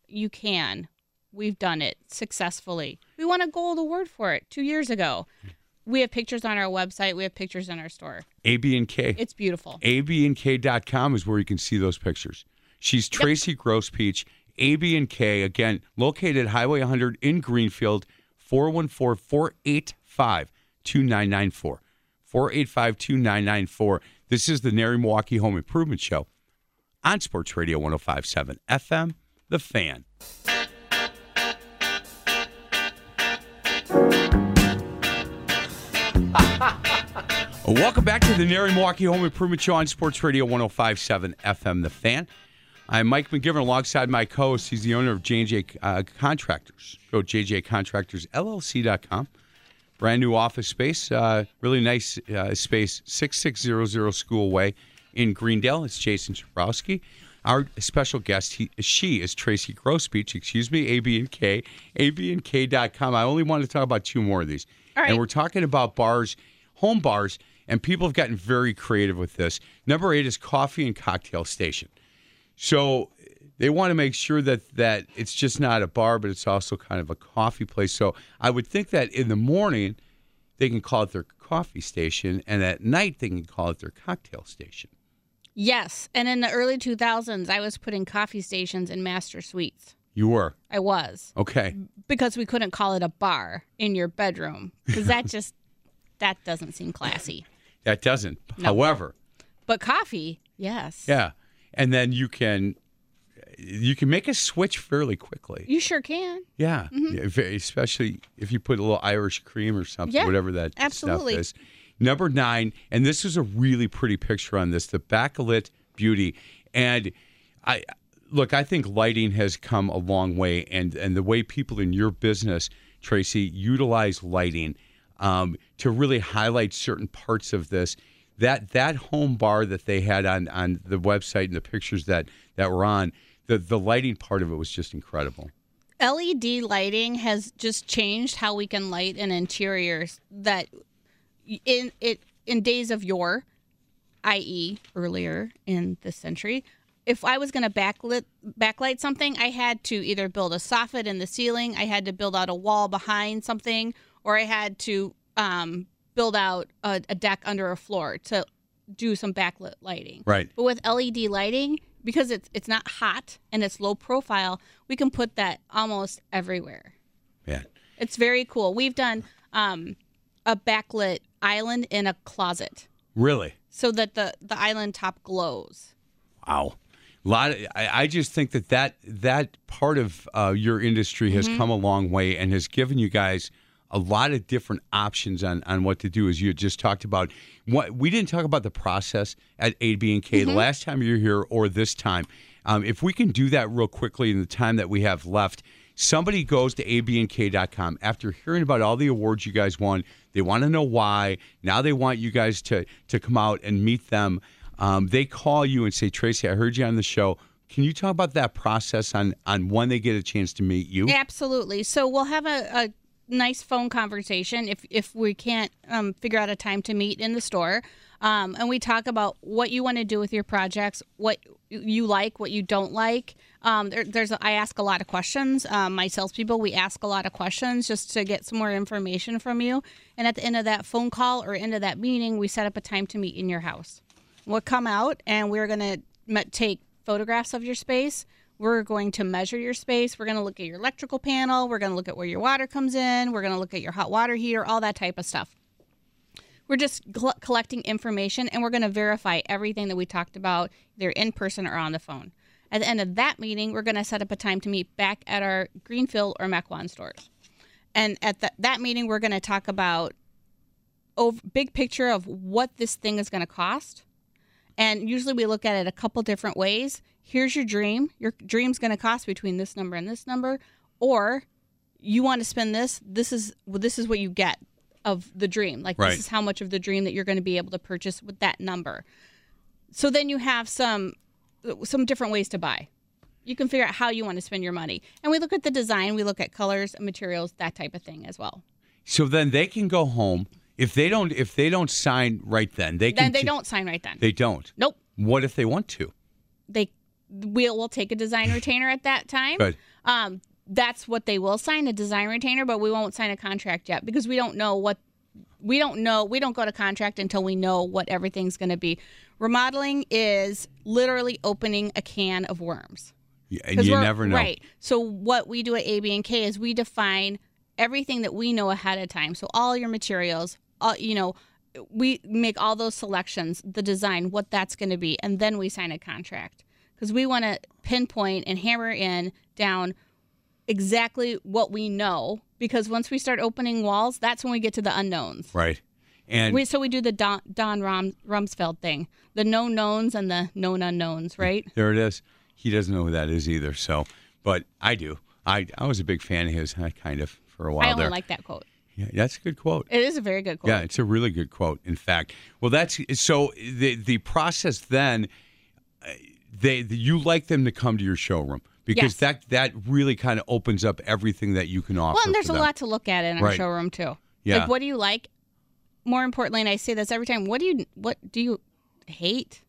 D: You can. We've done it successfully. We won a gold award for it two years ago. We have pictures on our website. We have pictures in our store.
B: A B and K.
D: It's beautiful.
B: abnk.com is where you can see those pictures. She's Tracy Grosspeach, AB and K, again, located Highway 100 in Greenfield, 414 485 2994. 485 2994. This is the Nary Milwaukee Home Improvement Show on Sports Radio 1057 FM, The Fan. Welcome back to the Nary Milwaukee Home Improvement Show on Sports Radio 1057 FM, The Fan. I'm Mike McGivern alongside my co host. He's the owner of JJ uh, Contractors. Go to jjcontractorsllc.com. Brand new office space, uh, really nice uh, space, 6600 School Way in Greendale. It's Jason Chabrowski. Our special guest, he, she is Tracy Grosbeach, excuse me, AB and K, abandk.com. I only want to talk about two more of these.
D: All right.
B: And we're talking about bars, home bars, and people have gotten very creative with this. Number eight is coffee and cocktail station. So they want to make sure that that it's just not a bar, but it's also kind of a coffee place. So I would think that in the morning they can call it their coffee station, and at night they can call it their cocktail station.
D: Yes. And in the early 2000s, I was putting coffee stations in master suites.
B: You were
D: I was
B: okay.
D: because we couldn't call it a bar in your bedroom because that just that doesn't seem classy.
B: That doesn't. However,
D: But coffee, yes.
B: yeah, and then you can you can make a switch fairly quickly.
D: You sure can.
B: Yeah,
D: Mm-hmm.
B: Yeah, ve- especially if you put a little Irish cream or something,
D: Yeah,
B: whatever that
D: absolutely.
B: stuff is. Number nine, and this is a really pretty picture on this: the backlit beauty. And I look, I think lighting has come a long way, and and the way people in your business, Tracy, utilize lighting um, to really highlight certain parts of this. That that home bar that they had on on the website and the pictures that that were on. The, the lighting part of it was just incredible.
D: LED E lighting has just changed how we can light in interiors that in it in days of yore, i.e. earlier in the century, if I was going to backlit backlight something, I had to either build a soffit in the ceiling, I had to build out a wall behind something, or I had to um, build out a, a deck under a floor to do some backlit lighting.
B: Right.
D: But with LED lighting, because it's it's not hot and it's low profile, we can put that almost everywhere.
B: Yeah.
D: It's very cool. We've done um, a backlit island in a closet
B: Really?
D: so that the the island top glows.
B: Wow. A lot. Of, I, I just think that that that part of uh, your industry has come a long way and has given you guys a lot of different options on on what to do. As you just talked about, what we didn't talk about the process at A, B, and K the last time you were here or this time. Um, if we can do that real quickly in the time that we have left. Somebody goes to abnk.com after hearing about all the awards you guys won. They want to know why. Now they want you guys to to come out and meet them. Um, they call you and say, Tracy, I heard you on the show. Can you talk about that process on on when they get a chance to meet you?
D: Absolutely. So we'll have a, a nice phone conversation if if we can't um, figure out a time to meet in the store, um, and we talk about what you want to do with your projects, what you like, what you don't like. Um, there, there's I ask a lot of questions. Um, my salespeople we ask a lot of questions just to get some more information from you, and at the end of that phone call or end of that meeting, we set up a time to meet in your house. We'll come out and we're going to me- take photographs of your space. We're going to measure your space. We're going to look at your electrical panel. We're going to look at where your water comes in. We're going to look at your hot water heater, all that type of stuff. We're just cl- collecting information and we're going to verify everything that we talked about, either in person or on the phone. At the end of that meeting, we're going to set up a time to meet back at our Greenfield or Mequon stores. And at that that meeting, we're going to talk about over, big picture of what this thing is going to cost. And usually we look at it a couple different ways. Here's your dream. Your dream's going to cost between this number and this number, or you want to spend this. This is well, this is what you get of the dream. Like
B: Right.
D: this is how much of the dream that you're going to be able to purchase with that number. So then you have some some different ways to buy. You can figure out how you want to spend your money. And we look at the design, we look at colors, materials, that type of thing as well.
B: So then they can go home if they don't if they don't sign right then they
D: Then
B: can
D: they
B: t-
D: don't sign right then.
B: they don't.
D: nope.
B: What if they want to?
D: they will will take a design retainer at that time.
B: Good.
D: Um, that's what they will sign a design retainer, but we won't sign a contract yet because we don't know what we don't know. We don't go to contract until we know what everything's going to be. Remodeling is literally opening a can of worms.
B: Yeah, And
D: 'Cause
B: you
D: we're-
B: never know.
D: Right. So what we do at AB and K is we define everything that we know ahead of time. So all your materials, all you know, we make all those selections, the design, what that's going to be, and then we sign a contract because we want to pinpoint and hammer in down exactly what we know. Because once we start opening walls, that's when we get to the unknowns.
B: Right. And
D: We, so we do the Don, Don Rum, Rumsfeld thing, the known knowns and the known unknowns, right?
B: There it is. He doesn't know who that is either. So, but I do. I I was a big fan of his. I kind of for a while
D: I only
B: there.
D: like that quote.
B: yeah, that's a good quote.
D: It is a very good quote.
B: Yeah, it's a really good quote. In fact, well, that's so the the process then. uh, They you like them to come to your showroom because
D: Yes.
B: that that really kind of opens up everything that you can offer.
D: Well, and there's
B: for
D: a
B: them.
D: lot to look at in our
B: Right.
D: showroom too.
B: Yeah.
D: Like, what do you like? More importantly, and I say this every time. What do you what do you hate?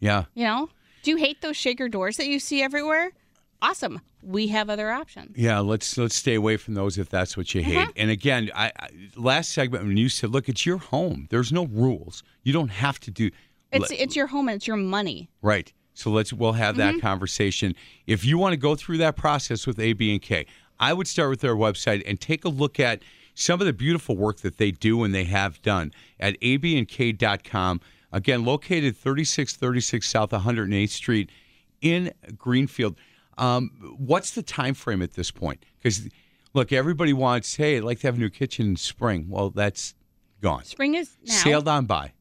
B: Yeah,
D: You know, do you hate those shaker doors that you see everywhere? Awesome. We have other options.
B: yeah. Let's let's stay away from those if that's what you hate.
D: Mm-hmm.
B: And again, I, I last segment when you said, "Look, it's your home. There's no rules. You don't have to do."
D: It's it's your home and it's your money.
B: Right. So let's we'll have
D: Mm-hmm.
B: that conversation. If you want to go through that process with A, B, and K, I would start with their website and take a look at some of the beautiful work that they do and they have done at abandk.com. Again, located 3636 South 108th Street in Greenfield. Um, what's the time frame at this point? Because look, everybody wants, hey, I'd like to have a new kitchen in spring. Well, that's gone.
D: Spring is now.
B: Sailed on by.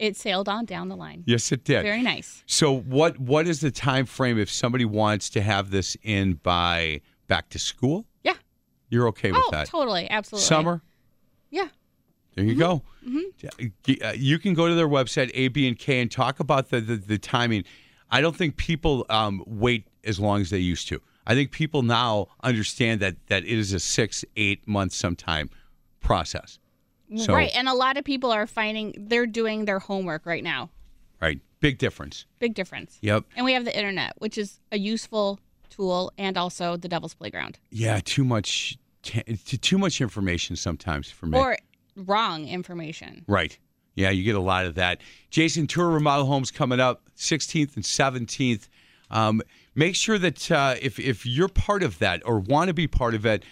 D: It sailed on down the line.
B: Yes, it did.
D: Very nice.
B: So what what is the time frame if somebody wants to have this in by back to school?
D: Yeah.
B: You're okay with
D: Oh,
B: that?
D: totally. Mm-hmm. Absolutely.
B: Summer.
D: Yeah.
B: There you go. Uh, You can go to their website A B and K and talk about the the, the timing. I don't think people um, wait as long as they used to. I think people now understand that that it is a six eight month sometime process. So,
D: right. And a lot of people are finding they're doing their homework right now.
B: right. Big difference.
D: Big difference.
B: Yep.
D: And we have the internet, which is a useful tool and also the devil's playground.
B: Yeah. Too much. t- Too much information sometimes for me.
D: or wrong information.
B: Right. Yeah, you get a lot of that. Jason Tour Remodel Homes coming up 16th and 17th. Um, make sure that uh, if, if you're part of that or want to be part of it,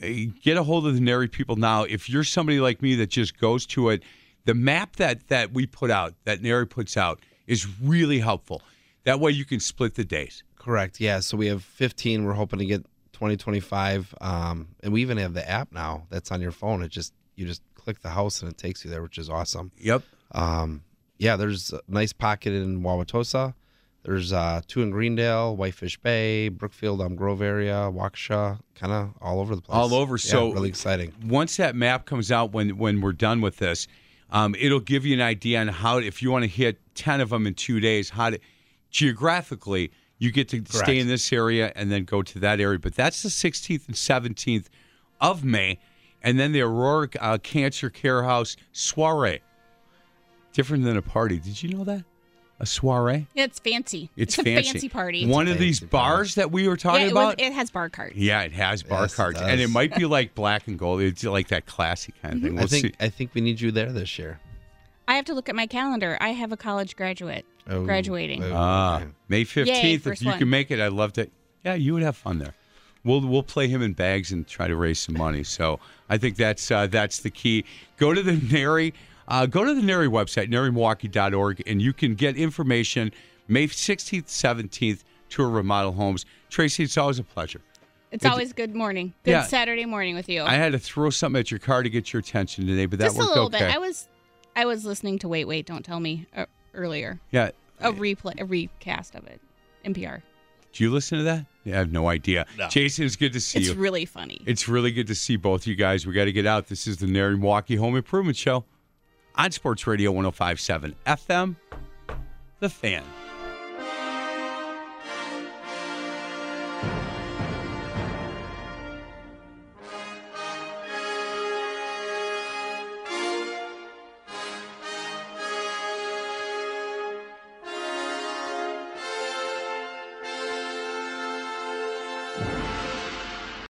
B: eh, get a hold of the Nary people now. If you're somebody like me that just goes to it, the map that, that we put out, that Nary puts out, is really helpful. That way you can split the days.
C: Correct. Yeah. So we have 15. We're hoping to get 2025. Um, and we even have the app now that's on your phone. It just you just click the house and it takes you there, which is awesome.
B: Yep.
C: Um, yeah. There's a nice pocket in Wauwatosa. There's uh, two in Greendale, Whitefish Bay, Brookfield, um, Grove area, Waukesha, kind of all over the place.
B: All over.
C: Yeah,
B: So-
C: really exciting.
B: once that map comes out when when we're done with this um, it'll give you an idea on how if you want to hit 10 of them in two days how to geographically you get to stay in this area and then go to that area but that's the 16th and 17th of may and then the aurora uh, cancer care house soiree different than a party did you know that a soiree
D: It's fancy.
B: it's,
D: a
B: fancy.
D: party.
B: one
C: It's a
B: of these
C: fancy party.
B: bars that we were
D: yeah,
B: talking
D: it, was,
B: about
D: it has bar cards.
B: yeah, it has bar
C: Yes, it
B: cards, and it
C: does. Mm-hmm.
B: might be like black and gold. It's like that classy kind of thing. We'll
C: I think
B: see.
C: I think we need you there this year.
D: I have to look at my calendar. I have a college graduate
C: Oh,
D: graduating.
C: oh,
B: Ah,
C: okay.
B: May
D: Yay,
B: fifteenth. If
D: first
B: you
D: one.
B: can make it, I'd love to. Yeah, you would have fun there. We'll we'll play him in bags and try to raise some money. So I think that's uh, that's the key. Go to the Nary Uh, go to the NARI website, narymilwaukee.org, and you can get information May 16th, 17th, tour of remodel homes. Tracy, it's always a pleasure.
D: It's always good morning. Good
B: Yeah.
D: Saturday morning with you.
B: I had to throw something at your car to get your attention today, but that
D: Oh. Just a
B: worked
D: little
B: okay.
D: bit. I was I was listening to Wait Wait Don't Tell Me uh, earlier.
B: yeah.
D: A replay a recast of it. NPR.
B: Do you listen to that? Yeah, I have no idea. Jason, it's good to see
D: It's
B: you.
D: really funny.
B: It's really good to see both you guys. We got to get out. This is the Nary Milwaukee Home oh Improvement Show on Sports Radio 1057 FM. The fan.